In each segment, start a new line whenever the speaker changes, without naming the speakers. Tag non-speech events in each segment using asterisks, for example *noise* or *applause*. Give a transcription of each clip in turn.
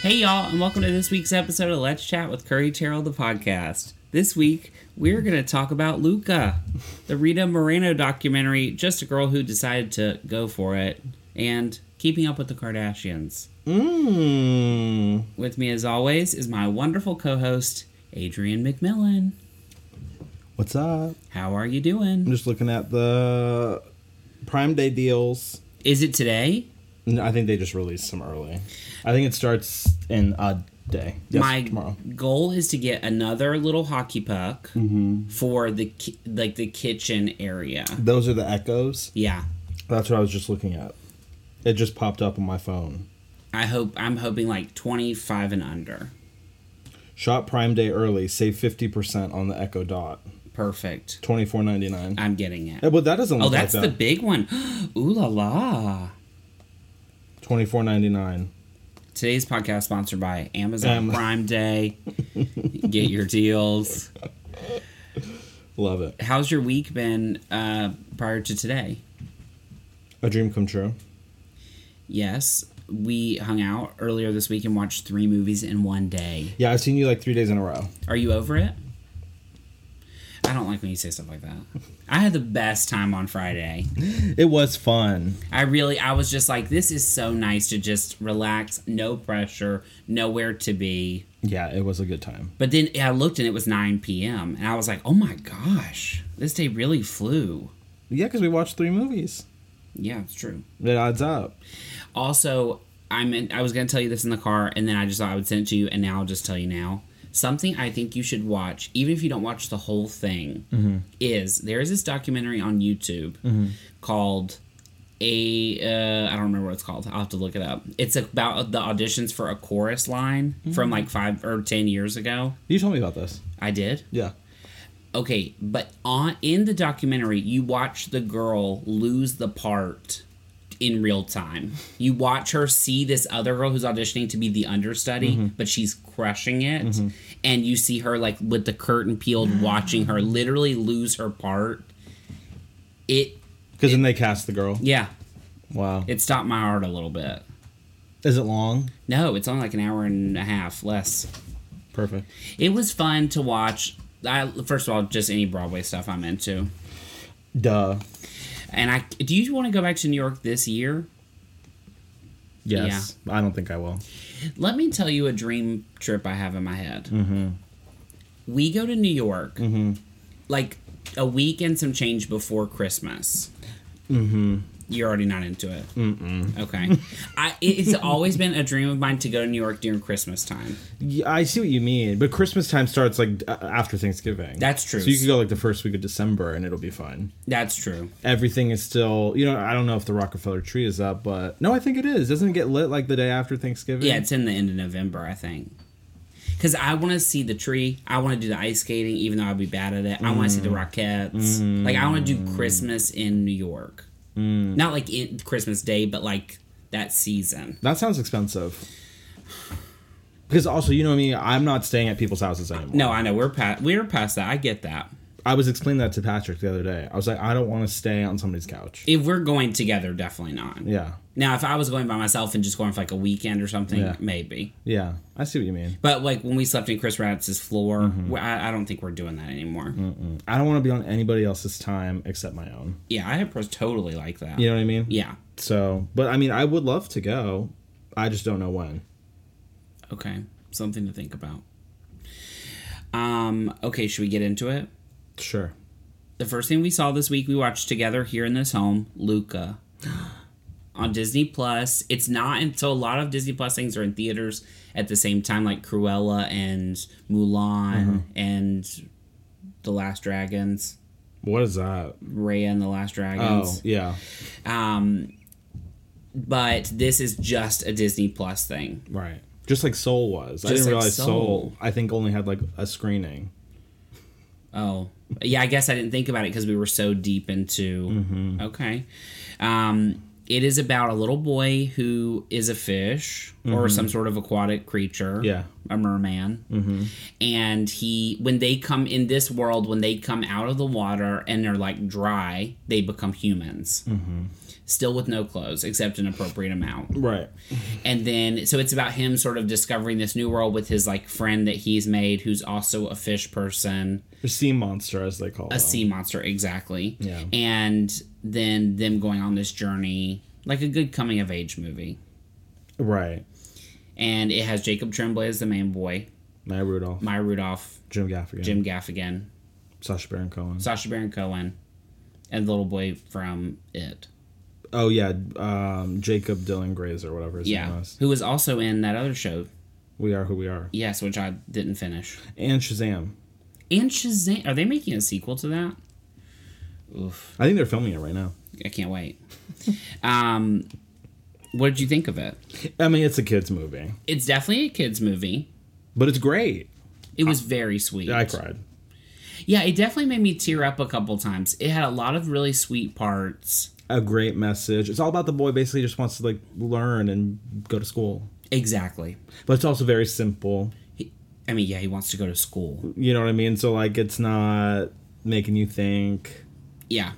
Hey, y'all, and welcome to this week's episode of Let's Chat with Curry Terrell, the podcast. This week, we're going to talk about Luca, the Rita Moreno documentary, Just a Girl Who Decided to Go For It, and Keeping Up with the Kardashians.
Mmm.
With me, as always, is my wonderful co host, Adrian McMillan.
What's up?
How are you
I'm
doing?
just looking at the Prime Day deals.
Is it today?
No, I think they just released some early. I think it starts in a day. Yes,
my
tomorrow.
goal is to get another little hockey puck
Mm-hmm.
for the ki- like the kitchen area.
Those are the echoes.
Yeah.
That's what I was just looking at. It just popped up on my phone.
I hope I'm hoping like 25 and under.
Shop Prime Day early. Save fifty percent on the Echo Dot.
Perfect.
Twenty four ninety nine.
I'm getting it.
Yeah, but that doesn't
Oh,
look
that's
like
the
that.
big one. *gasps* Ooh la la.
Twenty four ninety nine.
Today's podcast sponsored by Amazon
Am-
Prime Day. Get your deals.
Love it.
How's your week been uh, prior to today?
A dream come true.
Yes, we hung out earlier this week and watched three movies in one day.
Yeah, I've seen you like three days in a row.
Are you over it? I don't like when you say stuff like that. I had the best time on Friday.
It was fun.
I really, I was just like, this is so nice to just relax, no pressure, nowhere to be.
Yeah, it was a good time.
But then I looked and it was 9 p.m. and I was like, oh my gosh, this day really flew.
Yeah, because we watched three movies.
Yeah, it's true.
It adds up.
Also, I meant I was gonna tell you this in the car, and then I just thought I would send it to you, and now I'll just tell you now. Something I think you should watch, even if you don't watch the whole thing, is there is this documentary on YouTube called a uh, I don't remember what it's called. I'll have to look it up. It's about the auditions for a chorus line from like five or ten years ago.
You told me about this.
I did.
Yeah.
Okay, but on in the documentary, you watch the girl lose the part in real time. You watch her see this other girl who's auditioning to be the understudy, but she's crushing it, and you see her like with the curtain peeled, watching her literally lose her part. It,
Because then they cast the girl.
yeah,
Wow.
it stopped my heart a little bit.
Is it long?
No, it's only like an hour and a half less.
Perfect.
It was fun to watch. I, first of all, just any Broadway stuff I'm into.
Duh.
And I do you want to go back to New York this year?
Yes. I don't think I will.
Let me tell you a dream trip I have in my head. We go to New York like a week and some change before Christmas. You're already not into it. Mm-mm. Okay, I, it's always been a dream of mine to go to New York during Christmas time.
Yeah, I see what you mean, but Christmas time starts like a- after Thanksgiving.
That's true.
So you could go like the first week of December and it'll be fine.
That's true.
Everything is still, you know, I don't know if the Rockefeller tree is up, but no, I think it is. Doesn't it get lit like the day after Thanksgiving?
Yeah, it's in the end of November, I think. Because I want to see the tree. I want to do the ice skating, even though I'd be bad at it. I want to see the
Mm.
Rockettes. Like, I want to do Christmas in New York.
Mm.
Not like in Christmas Day, but like that season.
That sounds expensive. Because also, you know me, I'm not staying at people's houses anymore.
No, I know we're past we're past that. I get that.
I was explaining that to Patrick the other day. I was like, I don't want to stay on somebody's couch.
If we're going together, definitely not.
Yeah.
Now, if I was going by myself and just going for like a weekend or something,
Yeah.
maybe.
Yeah, I see what you mean.
But like when we slept in Chris Ratz's floor,
Mm-hmm.
we- I, I don't think we're doing that anymore.
I don't want to be on anybody else's time except my own.
Yeah, I approach totally like that.
You know what I mean?
yeah.
So, but I mean, I would love to go. I just don't know when.
Okay, something to think about. Um, okay, should we get into it?
Sure.
The first thing we saw this week, we watched together here in this home, Luca, *gasps* on Disney Plus. It's not until a lot of Disney Plus things are in theaters at the same time, like Cruella and Mulan and The Last Dragons,
What is that?
Raya and the Last
Oh,
Dragons.
yeah.
Um, but this is just a Disney Plus thing.
Right. Just like Soul was. I
Just
didn't
like
realize Soul.
Soul.
I think, only had like a screening.
Oh, yeah. I guess I didn't think about it because we were so deep into. Okay, um, it is about a little boy who is a fish or some sort of aquatic creature.
Yeah.
A merman. Mm-hmm. And he, when they come in this world, when they come out of the water and they're like dry, they become humans. Still with no clothes, except an appropriate amount.
Right.
And then, so it's about him sort of discovering this new world with his like friend that he's made who's also a fish person
The sea monster, as they call it.
a sea monster exactly
Yeah.
and then them going on this journey like a good coming of age movie
Right.
and it has jacob tremblay as the main boy
Maya Rudolph,
maya rudolph
Jim Gaffigan,
jim gaffigan
Sasha Baron Cohen.
sasha baron cohen and the little boy from it
oh yeah, um, Jacob Dylan Grazer, whatever his name
yeah
was.
who was also in that other show
We are who we are.
yes which i didn't finish
And Shazam.
and shazam are they making a sequel to that oof
I think they're filming it right now.
i can't
*laughs*
wait um what did you think of it
I mean, it's a kids movie,
it's definitely a kids movie
but it's great.
it was very sweet
I cried.
Yeah, it definitely made me tear up a couple times. It had a lot of really sweet parts.
A great message. It's all about the boy basically just wants to like learn and go to school,
Exactly.
but it's also very simple.
He, I mean, yeah, he wants to go to school.
You know what I mean? So like, it's not making you think.
Yeah.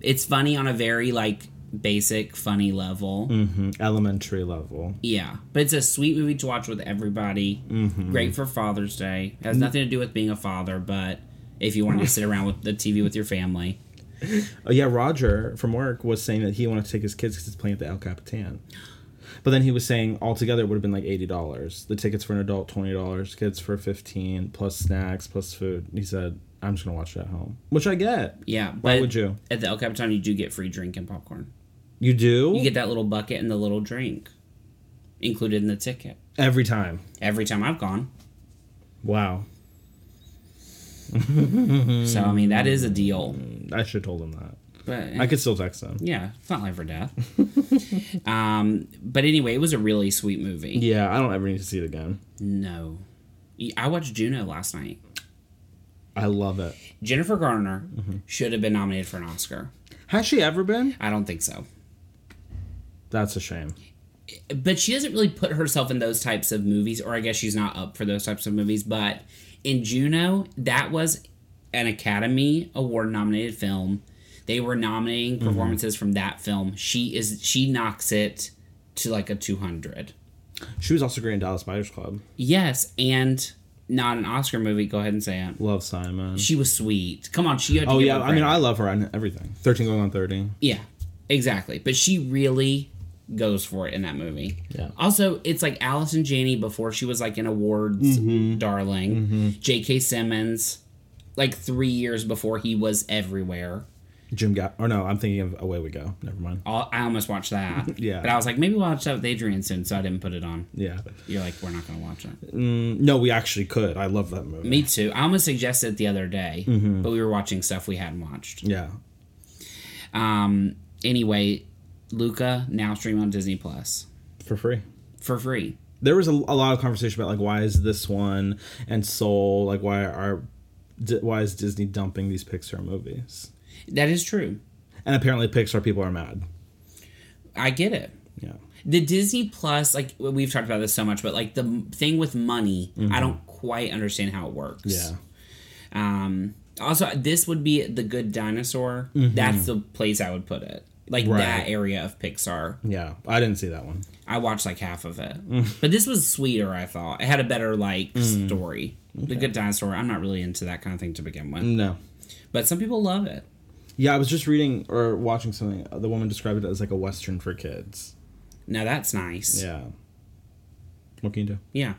It's funny on a very like basic funny level.
Mhm. Elementary level.
Yeah. But it's a sweet movie to watch with everybody.
Mm-hmm.
Great for Father's Day. Has nothing to do with being a father, but if you wanted to sit around with the TV with your family.
Oh yeah, Roger from work was saying that he wanted to take his kids because it's playing at the El Capitan. But then he was saying altogether it would have been like eighty dollars. The tickets for an adult twenty dollars, kids for fifteen, plus snacks, plus food. He said, "I'm just gonna watch it at home," which I get.
Yeah. But
Why would you?
At the El Capitan, you do get free drink and popcorn.
You do
You get that little bucket and the little drink included in the ticket.
every time.
Every time I've gone.
Wow,
So I mean that is a deal.
I should have told him that.
But
Mm.
eh,
I could still text him.
yeah, it's not life or death. *laughs* um, but anyway, it was a really sweet movie.
Yeah, I don't ever need to see it again.
No, I watched Juno last night.
I love it.
Jennifer Garner
Mm-hmm.
should have been nominated for an Oscar.
Has she ever been?
I don't think so.
That's a shame.
But she doesn't really put herself in those types of movies, or I guess she's not up for those types of movies. But in Juno, that was an Academy Award nominated film. They were nominating
Mm-hmm.
performances from that film. She is she knocks it to like a two hundred.
She was also great in Dallas Buyers Club.
Yes, and not an Oscar movie. Go ahead and say it.
Love Simon.
She was sweet. Come on, she. Had to
Oh
give
yeah,
her
I mean
credit.
I love her on everything. Thirteen going on thirty.
yeah, exactly. But she really goes for it in that movie.
Yeah.
Also, it's like Allison Janney before she was like an awards
Mm-hmm.
darling. J.K. Simmons, like three years before he was everywhere.
Jim got. Or no, I'm thinking of Away We Go. Never mind.
All, I almost watched that.
*laughs* Yeah.
But I was like, maybe we'll watch that with Adrian soon, so I didn't put it on.
Yeah.
You're like, we're not gonna watch it.
No, we actually could. I love that movie.
Me too. I almost suggested it the other day,
Mm-hmm.
but we were watching stuff we hadn't watched.
Yeah.
Um. Anyway, Luca now stream on Disney Plus
For free.
for free.
There was a, a lot of conversation about like why is this one and Soul like why are di- why is Disney dumping these Pixar movies?
That is true.
And apparently Pixar people are mad.
I get it.
Yeah.
The Disney Plus, like we've talked about this so much, but like the m- thing with money, I don't quite understand how it works.
Mm-hmm. Yeah.
Um. Also, this would be the Good Dinosaur. That's the place I would put it. Like
Mm-hmm. Right.
that area of Pixar.
Yeah. I didn't see that one.
I watched like half of it,
Mm.
but this was sweeter. I thought it had a better like story. The Good Dinosaur. I'm not really into that kind of thing to begin with,
No.
but some people love it.
Yeah, I was just reading or watching something. The woman described it as like a western for kids.
Now that's nice.
Yeah. What can you do?
Yeah.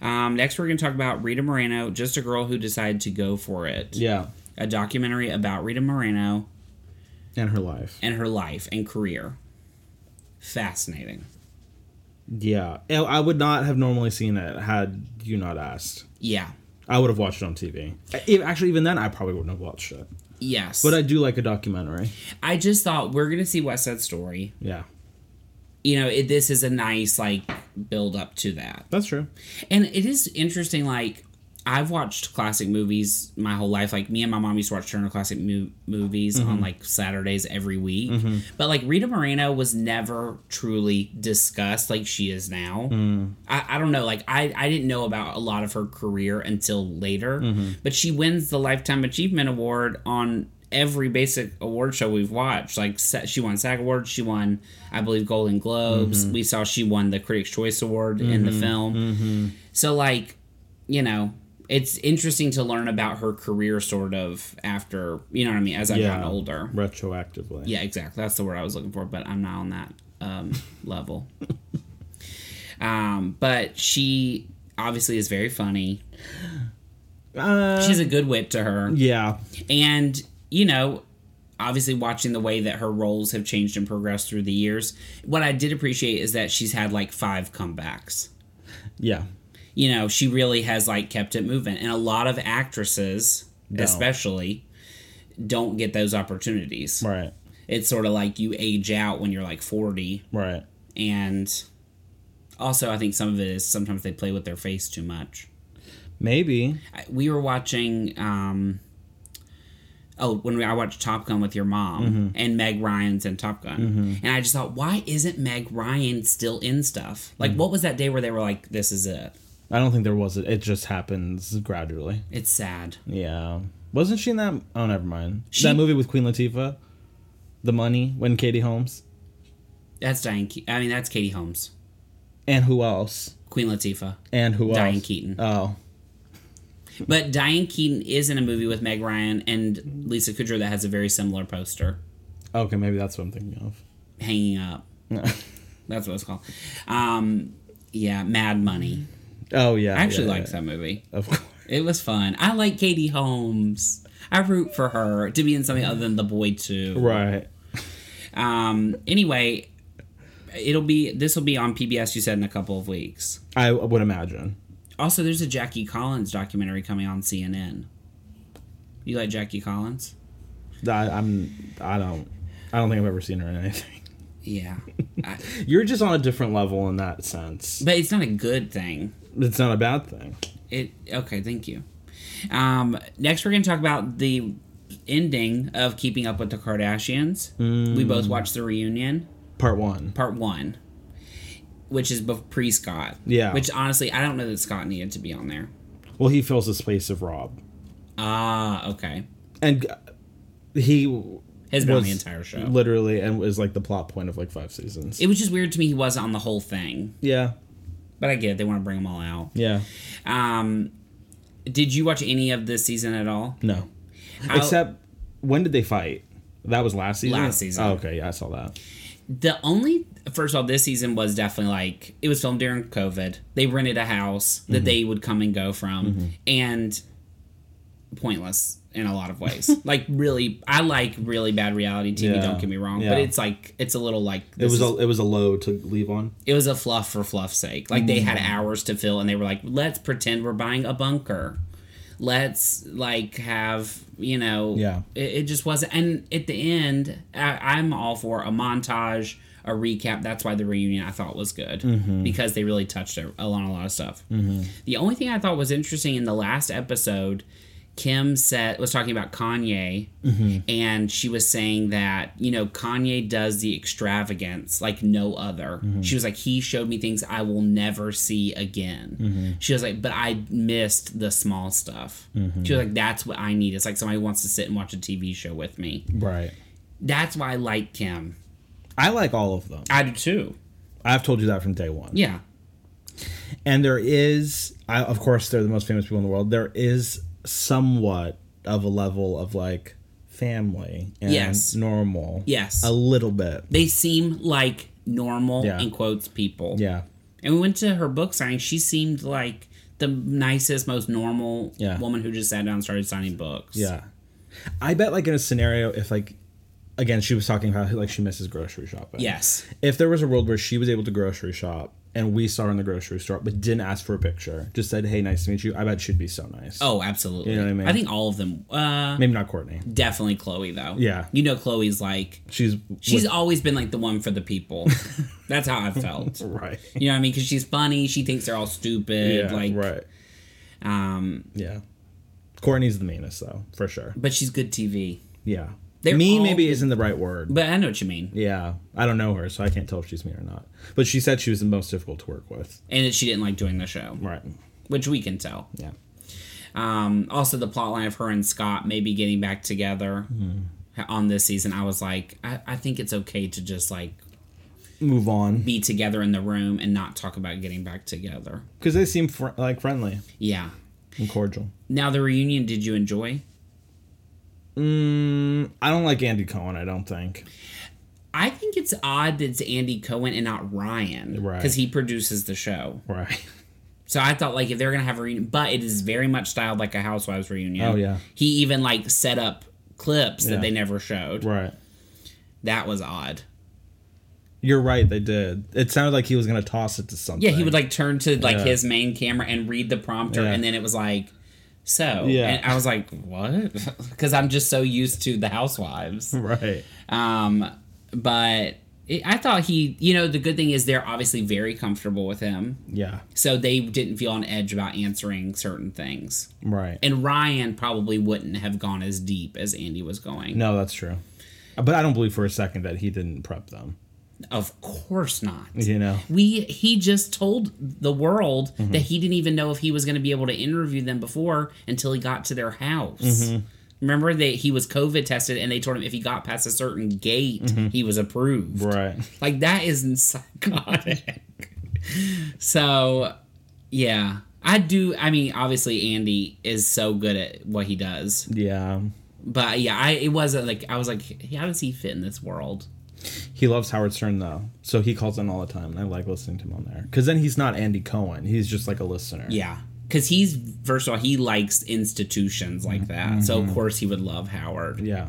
Um, next, we're going to talk about Rita Moreno, just a girl who decided to go for it.
Yeah.
A documentary about Rita Moreno
And her life.
and her life and career. Fascinating.
Yeah, I- I would not have normally seen it had you not asked.
Yeah.
I would have watched it on TV. I- if- Actually, even then, I probably wouldn't have watched it.
Yes.
But
But
I do like a documentary.
I, just thought we're going to see West Side Story.
Yeah,
You know, it, this is a nice, like, build up to that.
that's true.
And it is interesting, like, I've watched classic movies my whole life. Like me and my mom used to watch Turner Classic mo- movies on like Saturdays every week. But like Rita Moreno was never truly discussed like she is now. I, I don't know. Like I, I didn't know about a lot of her career until later. But she wins the Lifetime Achievement Award on every basic award show we've watched. Like sa- she won SAG Awards, she won, I believe, Golden Globes. We saw she won the Critics' Choice Award in the film. So like, you know, it's interesting to learn about her career sort of after you know what I mean as I've gotten older.
Retroactively.
Yeah, exactly. That's the word I was looking for, but I'm not on that
*laughs*
um, level. Um, but she obviously is very funny.
Uh,
She's a good whip to her.
yeah.
And, you know, obviously watching the way that her roles have changed and progressed through the years, what I did appreciate is that she's had like five comebacks.
Yeah.
You know, she really has like kept it moving. And a lot of actresses, especially, don't get those opportunities.
Right.
It's sort of like you age out when you're like 40.
Right.
And also, I think some of it is sometimes they play with their face too much.
Maybe.
I- we were watching um oh when we, i watched top gun with your mom and meg ryan's in top gun and i just thought why isn't meg ryan still in stuff like what was that day where they were like this is it
I don't think there was. It just happens gradually.
it's sad
Yeah. Wasn't she in that? Oh, never mind.
She-
that movie with Queen Latifah, The Money, when Katie Holmes,
that's diane Ke- i mean that's katie holmes
and who else?
queen latifah
And who
Diane
else?
Keaton.
Oh,
but diane keaton is in a movie with meg ryan and lisa kudrow that has a very similar poster
okay. Maybe that's what I'm thinking of.
hanging up
*laughs*
that's what it's called um yeah mad money
Oh yeah.
i actually
yeah,
liked
yeah.
that movie
Of course.
It was fun. I like Katie Holmes. I root for her to be in something other than The Boy too.
Right.
Um. Anyway, it'll be this will be on PBS. You said in a couple of weeks.
I would imagine.
Also, there's a Jackie Collins documentary coming on CNN. You like Jackie Collins?
I, I'm. I don't. I don't think I've ever seen her in anything. *laughs*
Yeah. I,
You're just on a different level in that sense.
but it's not a good thing.
It's not a bad thing.
It okay. Thank you. Um. Next, we're gonna talk about the ending of Keeping Up with the Kardashians. We both watched the reunion.
Part one.
part one, which is pre Scott.
Yeah.
Which honestly, I don't know that Scott needed to be on there.
Well, he fills the space of Rob,
Ah, okay.
and uh, he
Has been on
Was
the entire show.
literally and was like the plot point of like five seasons.
it was just weird to me he wasn't on the whole thing,
yeah.
but I get it. They want to bring them all out.
Yeah.
Um, did you watch any of this season at all?
No.
How-
Except when did they fight? That was last season.
Last season.
Oh, okay, yeah, I saw that.
The only first of all, this season was definitely like it was filmed during COVID. They rented a house
Mm-hmm.
that they would come and go from, and pointless in a lot of ways.
*laughs*
like really, I like really bad reality TV.
Yeah.
Don't get me wrong,
Yeah.
but it's like it's a little like
It was
is,
a it was a low to leave on.
it was a fluff for fluff's sake. Like they had hours to fill, and they were like, let's pretend we're buying a bunker. Let's like have you know.
Yeah.
It, it just wasn't. And at the end, I, I'm all for a montage, a recap. That's why the reunion I thought was good because they really touched a- on a lot of stuff. The only thing I thought was interesting in the last episode. Kim said was talking about Kanye, Mm-hmm. and she was saying that you know Kanye does the extravagance like no other. She was like, he showed me things I will never see again. She was like, but I missed the small stuff. She was like, that's what I need. It's like somebody wants to sit and watch a TV show with me.
Right.
That's why I like Kim.
I like all of them.
I do too.
I've told you that from day one.
Yeah,
And there is, I, of course, they're the most famous people in the world. There is somewhat of a level of like family and
Yes.
normal.
Yes.
A little bit.
they seem like normal
Yeah.
in quotes people.
Yeah.
And we went to her book signing. She seemed like the nicest, most normal
Yeah.
woman who just sat down and started signing books.
Yeah. I bet like in a scenario if like again she was talking about like she misses grocery shopping.
Yes.
If there was a world where she was able to grocery shop and we saw her in the grocery store but didn't ask for a picture, just said, Hey, nice to meet you, I bet she'd be so nice.
Oh, absolutely.
You know what I mean?
think all of them. Uh,
Maybe not Courtney.
definitely Chloe though.
Yeah.
You know, Chloe's like
She's
she's always been like the one for the people. That's how I felt.
*laughs* right.
You know what I mean? Because she's funny. She thinks they're all stupid.
Yeah,
like
right.
Um,
Yeah. Courtney's the meanest though, for sure.
but she's good TV.
Yeah.
They're
mean
all
maybe isn't the right word.
But I know what you mean.
Yeah. I don't know her, so I can't tell if she's mean or not. But she said she was the most difficult to work with.
And that she didn't like doing the show,
Right.
which we can tell.
Yeah.
Um, also, the plot line of her and Scott maybe getting back together
Hmm.
on this season, I was like, I, I think it's okay to just like
Move on.
be together in the room and not talk about getting back together.
Because they seem fr- like friendly
Yeah.
and cordial.
Now, the reunion, did you enjoy?
Mm, I don't like Andy Cohen, I don't think.
I think it's odd that it's Andy Cohen and not Ryan because
Right.
he produces the show.
Right.
So I thought like if they're gonna have a reunion, but it is very much styled like a Housewives reunion.
Oh, yeah.
He even like set up clips
Yeah.
that they never showed.
*laughs* Right.
That was odd.
You're right, they did. It sounded like he was going to toss it to something.
Yeah, he would like turn to like
Yeah.
his main camera and read the prompter,
Yeah.
and then it was like, so.
Yeah.
And I was like, what? *laughs* Because I'm just so used to the Housewives.
*laughs* Right.
Um, but it, I thought he, you know, the good thing is they're obviously very comfortable with him. *laughs*
Yeah.
So they didn't feel on edge about answering certain things.
Right.
And Ryan probably wouldn't have gone as deep as Andy was going.
no, that's true. But I don't believe for a second that he didn't prep them.
Of course not.
You know?
We he just told the world that he didn't even know if he was going to be able to interview them before until he got to their house. Remember that he was COVID tested and they told him if he got past a certain gate, he was approved.
Right.
Like that is *laughs* psychotic. so, yeah, I do. I mean, obviously, Andy is so good at what he does,
Yeah.
but yeah, I it wasn't like I was like, how does he fit in this world?
He loves Howard Stern though, so he calls in all the time, and I like listening to him on there. Because then he's not Andy Cohen; he's just like a listener.
Yeah, because he's first of all he likes institutions like that,
Mm-hmm.
so of course he would love Howard.
yeah,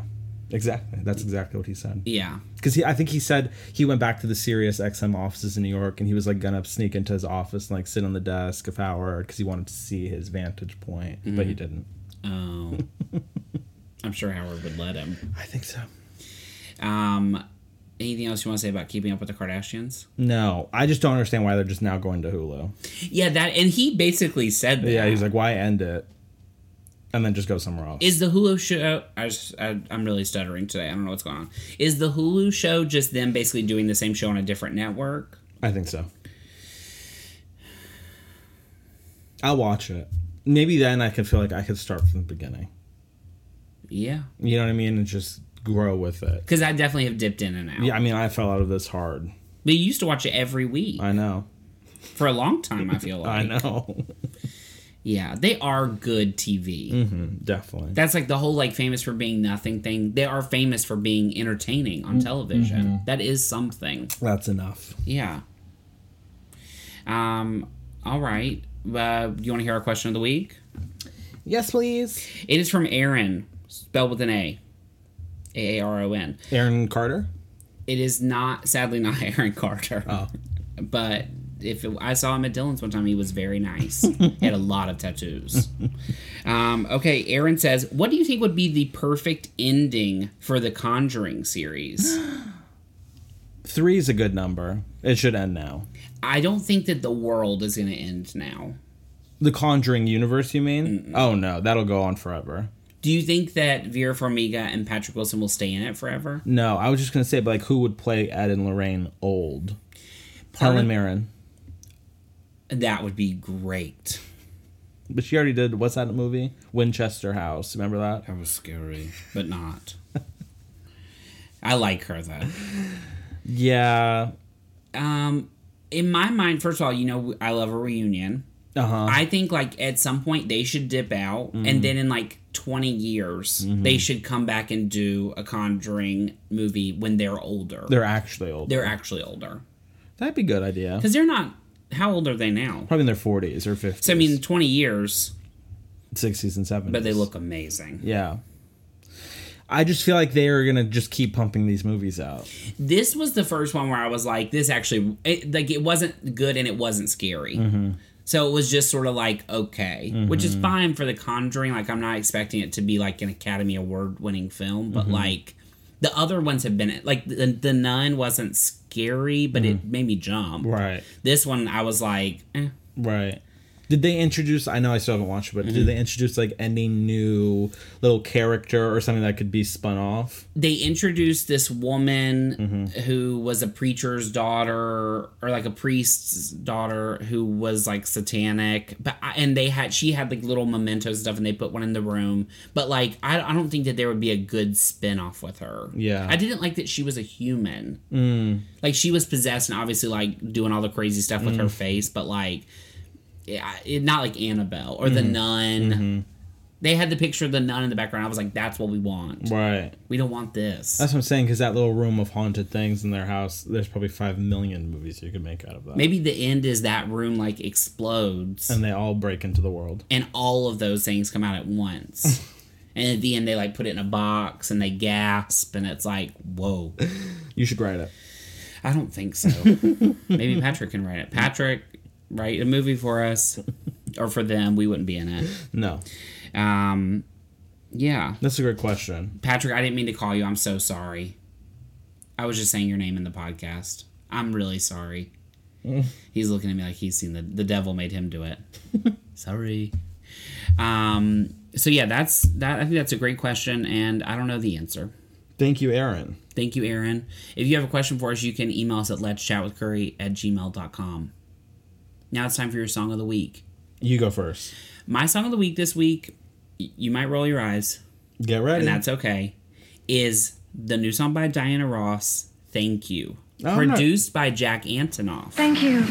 exactly. That's exactly what he said.
Yeah,
Because he, I think he said he went back to the Sirius XM offices in New York, and he was like gonna sneak into his office and like sit on the desk of Howard because he wanted to see his vantage point, but he didn't.
um, I'm sure Howard would let him.
I think so.
Um, anything else you want to say about keeping up with the Kardashians?
No, I just don't understand why they're just now going to Hulu.
Yeah, that and he basically said that.
Yeah, he's like, why end it, and then just go somewhere else.
Is the Hulu show? I was, I, I'm really stuttering today. I don't know what's going on. Is the Hulu show just them basically doing the same show on a different network?
I think so. I'll watch it. Maybe then I could feel like I could start from the beginning.
Yeah,
You know what I mean? And just grow with it.
because I definitely have dipped in and out.
Yeah, I mean, I fell out of this hard.
but you used to watch it every week
I know.
for a long time. I feel like.
*laughs* I know.
Yeah, they are good TV.
Mm-hmm. Definitely.
That's like the whole like famous for being nothing thing. They are famous for being entertaining on television. That is something.
That's enough.
Yeah. Um. All right. Uh, do you want to hear our question of the week?
Yes, please.
It is from Aaron, spelled with an A. A A R O N.
Aaron Carter?
It is not, sadly, not *laughs* Aaron Carter.
Oh.
But if it, I saw him at Dylan's one time, he was very *laughs* nice. he had a lot of tattoos. um, okay, Aaron says, What do you think would be the perfect ending for the Conjuring *gasps* series?
Three is a good number. It should end now.
I don't think that the world is going to end now.
The Conjuring universe, you mean? Oh, no. That'll go on forever.
Do you think that Vera Farmiga and Patrick Wilson will stay in it forever?
No, I was just going to say, but like, who would play Ed and Lorraine old? Helen Mirren.
That would be great.
But she already did. What's that movie? Winchester House. Remember that?
That was scary, but *laughs* not. I like her though.
Yeah.
Um, in my mind, first of all, you know I love a reunion.
Uh huh.
I think like at some point they should dip out, and then in like twenty years they should come back and do a Conjuring movie when they're older. They're,
They're actually old.
actually older
That'd be a good idea.
because they're not. How old are they now?
Probably in their forties or fifties.
So I mean, twenty years,
sixties and seventies.
but they look amazing.
Yeah. I just feel like they are gonna just keep pumping these movies out.
This was the first one where I was like, this actually, it, like, it wasn't good and it wasn't scary. So it was just sort of like, okay, which is fine for The Conjuring. Like, I'm not expecting it to be like an Academy Award winning film, but like, the other ones have been, like, The, the Nun wasn't scary, but it made me jump.
Right.
This one, I was like, eh.
Right. Did they introduce? I know I still haven't watched, it, but
Mm-hmm.
did they introduce like any new little character or something that could be spun off?
they introduced this woman who was a preacher's daughter or like a priest's daughter who was like satanic but I- and they had she had like little mementos and stuff and they put one in the room but like i, I don't think that there would be a good spin-off with her
Yeah.
i didn't like that she was a human like she was possessed and obviously like doing all the crazy stuff with her face but like yeah, it, not like annabelle or the nun they had the picture of the nun in the background i was like that's what we want
Right.
we don't want this.
That's what I'm saying. Because that little room of haunted things in their house, there's probably five million movies you could make out of that.
Maybe the end is that room like explodes and,
And they all break into the world.
all of those things come out at once. and at the end they like put it in a box and they gasp and it's like, whoa.
You should write it.
I don't think so. Maybe Patrick can write it. Patrick, write a movie for us. Or for them, we wouldn't be in it.
No,
Um yeah.
that's a great question.
Patrick, I didn't mean to call you. I'm so sorry. I was just saying your name in the podcast. I'm really sorry. he's looking at me like he's seen the the devil made him do it. *laughs* sorry. Um. So yeah, that's that. I think that's a great question, and I don't know the answer.
Thank you, Aaron.
Thank you, Aaron. If you have a question for us, you can email us at let's chat with curry at gmail.com. Now it's time for your song of the week.
You go first.
My song of the week this week, y- you might roll your eyes.
Get ready.
and that's okay, is the new song by Diana Ross, Thank You.
Oh,
produced by Jack Antonoff.
Thank you.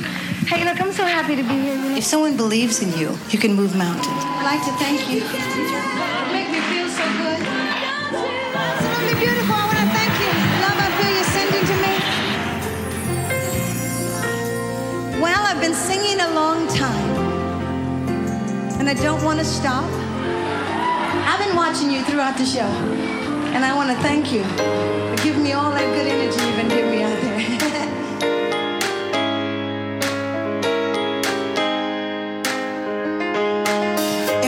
Hey, look, I'm so happy to be here. with you.
If someone believes in you, you can move mountains.
I'd like to thank you. You make me feel so good. Absolutely beautiful. I want to thank you. Love I feel you're sending to me. Well, I've been singing a long time, and I don't want to stop. I've been watching you throughout the show, and I want to thank you for giving me all that good energy you've been giving me out there. *laughs*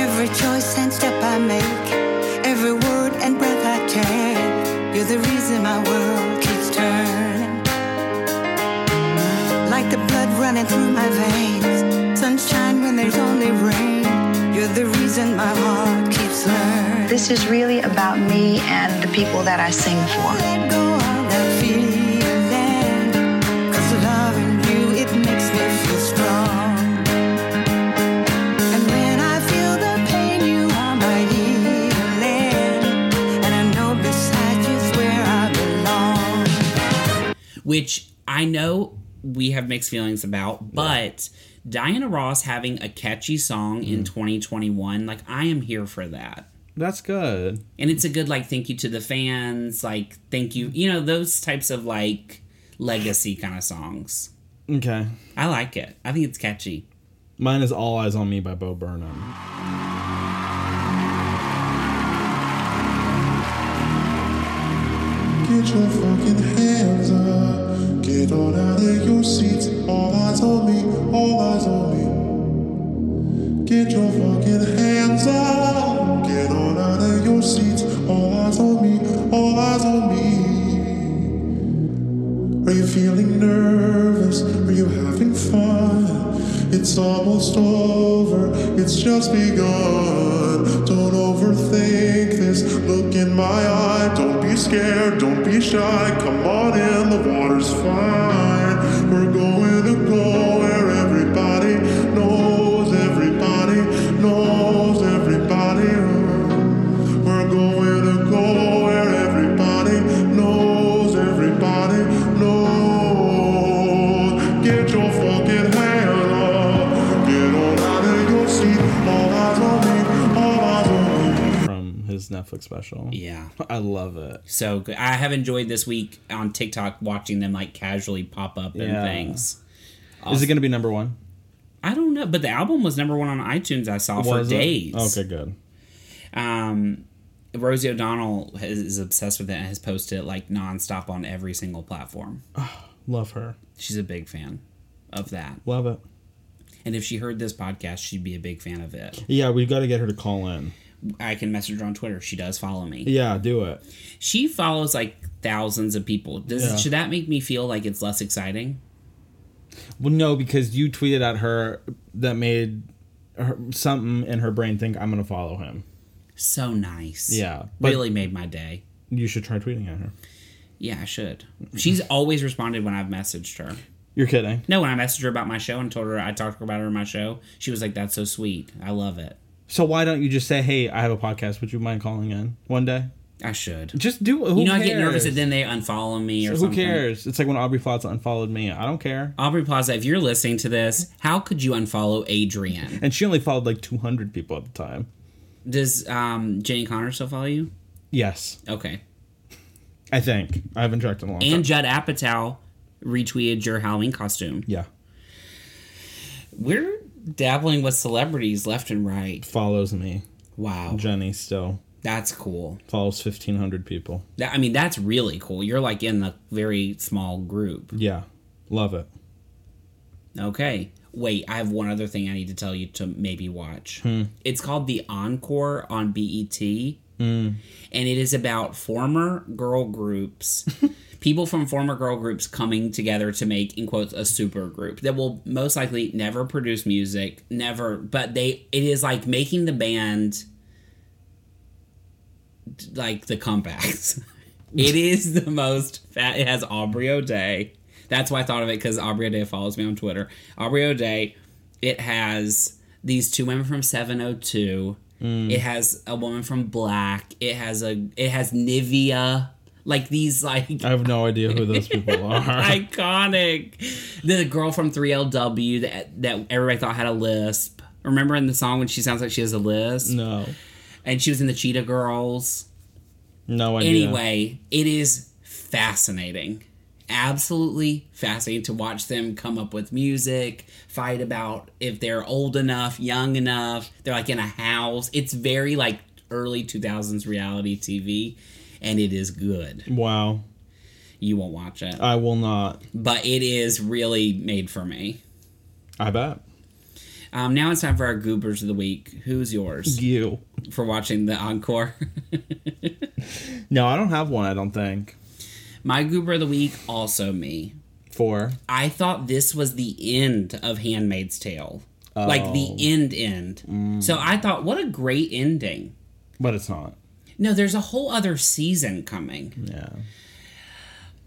Every choice and step I make, every word and breath I take, you're the reason my world keeps turning. Like the blood running through my veins, sunshine when there's only rain, you're the reason my heart keeps learning.
This is really about me and the people that I sing for.
Let go of that feeling, 'cause loving you it makes me feel strong. And when I feel the pain, you are my healing, and I know beside you's where I belong.
Which I know we have mixed feelings about, but Diana Ross having a catchy song in 2021, like I am here for that.
That's good.
And it's a good like thank you to the fans, like thank you, you know, those types of like legacy kind of songs.
Okay.
I like it. I think it's catchy.
Mine is All Eyes on Me by Bo Burnham.
Get your fucking hands up. Get on out of your seats. All eyes on me. All eyes on me. Get your fucking hands up. Get on out of your seats. All eyes on me. All eyes on me. Are you feeling nervous? Are you having fun? It's almost over. It's just begun. Don't overthink this. Look in my eye. Don't be scared. Don't be shy. Come on in. The water's fine. We're going to go where everybody knows. Everybody knows. Everybody. We're going to go where everybody knows. Everybody knows. Get your fucking hand up. Get on out of your seat. All eyes on me. All eyes on me.
From his Netflix special.
Yeah.
I love it.
so good. I have enjoyed this week on TikTok watching them like casually pop up and
Yeah.
things.
Is it going to be number one?
I don't know, but the album was number one on iTunes. I saw for
Was it?
days.
Okay, good.
Um, Rosie O'Donnell is, is obsessed with it and has posted it like nonstop on every single platform.
Love her.
She's a big fan of that,
Love it.
and if she heard this podcast, she'd be a big fan of it.
Yeah, we've got to get her to call in.
I can message her on Twitter. She does follow me.
Yeah, do it.
She follows like thousands of people. Does
Yeah.
should that make me feel like it's less exciting?
Well, no, because you tweeted at her that made her, something in her brain think I'm gonna follow him.
So nice.
Yeah, but-
Really made my day.
You should try tweeting at her.
Yeah, I should. She's always responded when I've messaged her.
You're kidding.
No, when I messaged her about my show and told her I talked about her in my show, she was like, "That's so sweet. I love it.
So why don't you just say, "Hey, I have a podcast. Would you mind calling in one day?"
I should."
Just do. Who
you know,
cares?
I get nervous and then they unfollow me or
Who
something.
cares? It's like when Aubrey Plaza unfollowed me. I don't care.
Aubrey Plaza, if you're listening to this, how could you unfollow Adrian?
And she only followed like 200 people at the time.
Does um, Jenny Connor still follow you?
Yes,
Okay.
I think I haven't checked in a long
And Judd
time.
Apatow retweeted your Halloween costume.
Yeah,
We're dabbling with celebrities left and right.
follows me.
Wow,
Jenny still
that's cool.
follows 1,500 people.
That, I mean, that's really cool. You're like in the very small group.
Yeah, love it.
Okay. Wait, I have one other thing I need to tell you to maybe watch. It's called The Encore on BET. And it is about former girl groups, people from former girl groups coming together to make, in quotes, a super group that will most likely never produce music, never, but they, it is like making the band like the comebacks. *laughs* it is the most fat. It has Aubrey O'Day. That's why I thought of it because Aubrey O'Day follows me on Twitter. Aubrey O'Day. It has these two women from 702. It has a woman from Black. It has a. It has Nivea. Like these, like
I have no idea
*laughs*
who those people are.
iconic. The girl from 3LW that that everybody thought had a lisp. Remember in the song when she sounds like she has a lisp,
*laughs* no,
and she was in the Cheetah Girls.
no idea.
Anyway, it is fascinating. Absolutely fascinating to watch them come up with music, fight about if they're old enough, young enough. They're like in a house. It's very like early 2000s reality TV, and it is good.
wow,
You won't watch it,
I will not.
but it is really made for me.
I bet
Um, now it's time for our goobers of the week. Who's yours
you.
for watching the encore? *laughs*
No, I don't have one. I don't think.
My goober of the week, also me.
Four.
I thought this was the end of Handmaid's Tale. Like the end end. So I thought what a great ending.
But it's not.
No, there's a whole other season coming.
Yeah.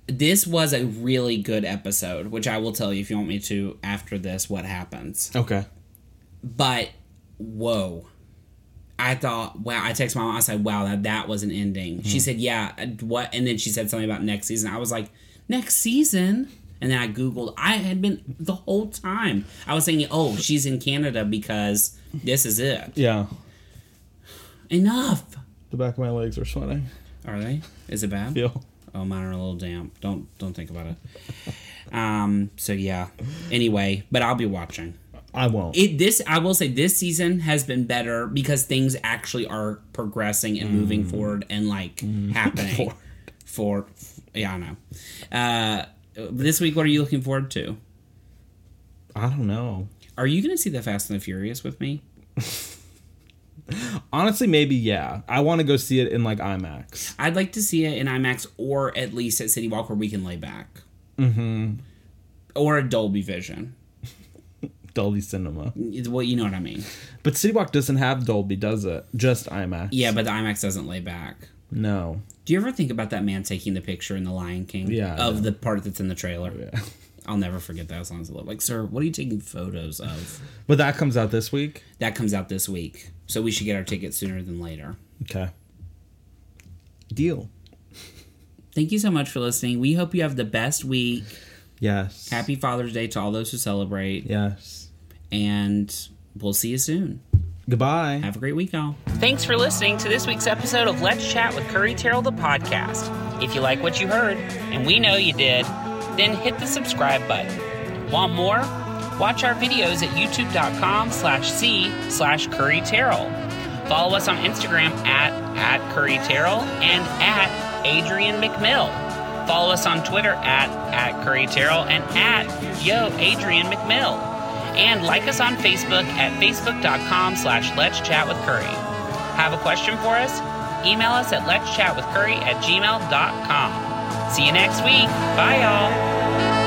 This was a really good episode, which I will tell you if you want me to after this what happens.
Okay.
But whoa. I thought, wow, I texted my mom, I said, wow, that, that was an ending. She said, yeah, and what? And then she said something about next season. I was like, next season? And then I Googled, I had been the whole time. I was thinking, oh, she's in Canada because this is it.
Yeah.
Enough.
The back of my legs are sweating.
Are they? Is it bad?
Feel.
Oh, mine are a little damp. Don't don't think about it. Um. So yeah. Anyway, but I'll be watching.
I won't.
it this I will say this season has been better because things actually are progressing and moving forward and like happening. For yeah, I know. Uh, this week, what are you looking forward to?
I don't know.
Are you going to see the Fast and the Furious with me?
Honestly, maybe yeah. I want to go see it in like IMAX.
I'd like to see it in IMAX or at least at City Walk where we can lay back, mm-hmm. or a Dolby Vision.
Dolby Cinema.
Well, you know what I mean.
But City Walk doesn't have Dolby, does it? Just IMAX.
Yeah, but the IMAX doesn't lay back.
No.
Do you ever think about that man taking the picture in The Lion King?
Yeah, I
Of
know. Oh,
the part that's in the trailer?
*laughs*
I'll never forget that as long as I live. Like, sir, what are you taking photos of?
But that comes out this week.
That comes out this week. So we should get our tickets sooner than later.
Okay. Deal.
Thank you so much for listening. We hope you have the best week.
Yes.
Happy Father's Day to all those who celebrate.
Yes.
And we'll see you soon.
Goodbye.
Have a great week, y'all.
Thanks for listening to this week's episode of Let's Chat with Curry Terrell, the podcast. If you like what you heard, and we know you did, then hit the subscribe button. Want more? Watch our videos at youtube.com slash C slash Curry Terrell. Follow us on Instagram at, at Curry Terrell and at Adrian McMill. Follow us on Twitter at, at Curry Terrell and at Yo Adrian McMill. And like us on Facebook at facebook.com slash Let's Chat with Curry. Have a question for us? Email us at let's chat with curry at gmail.com. See you next week. Bye, y'all.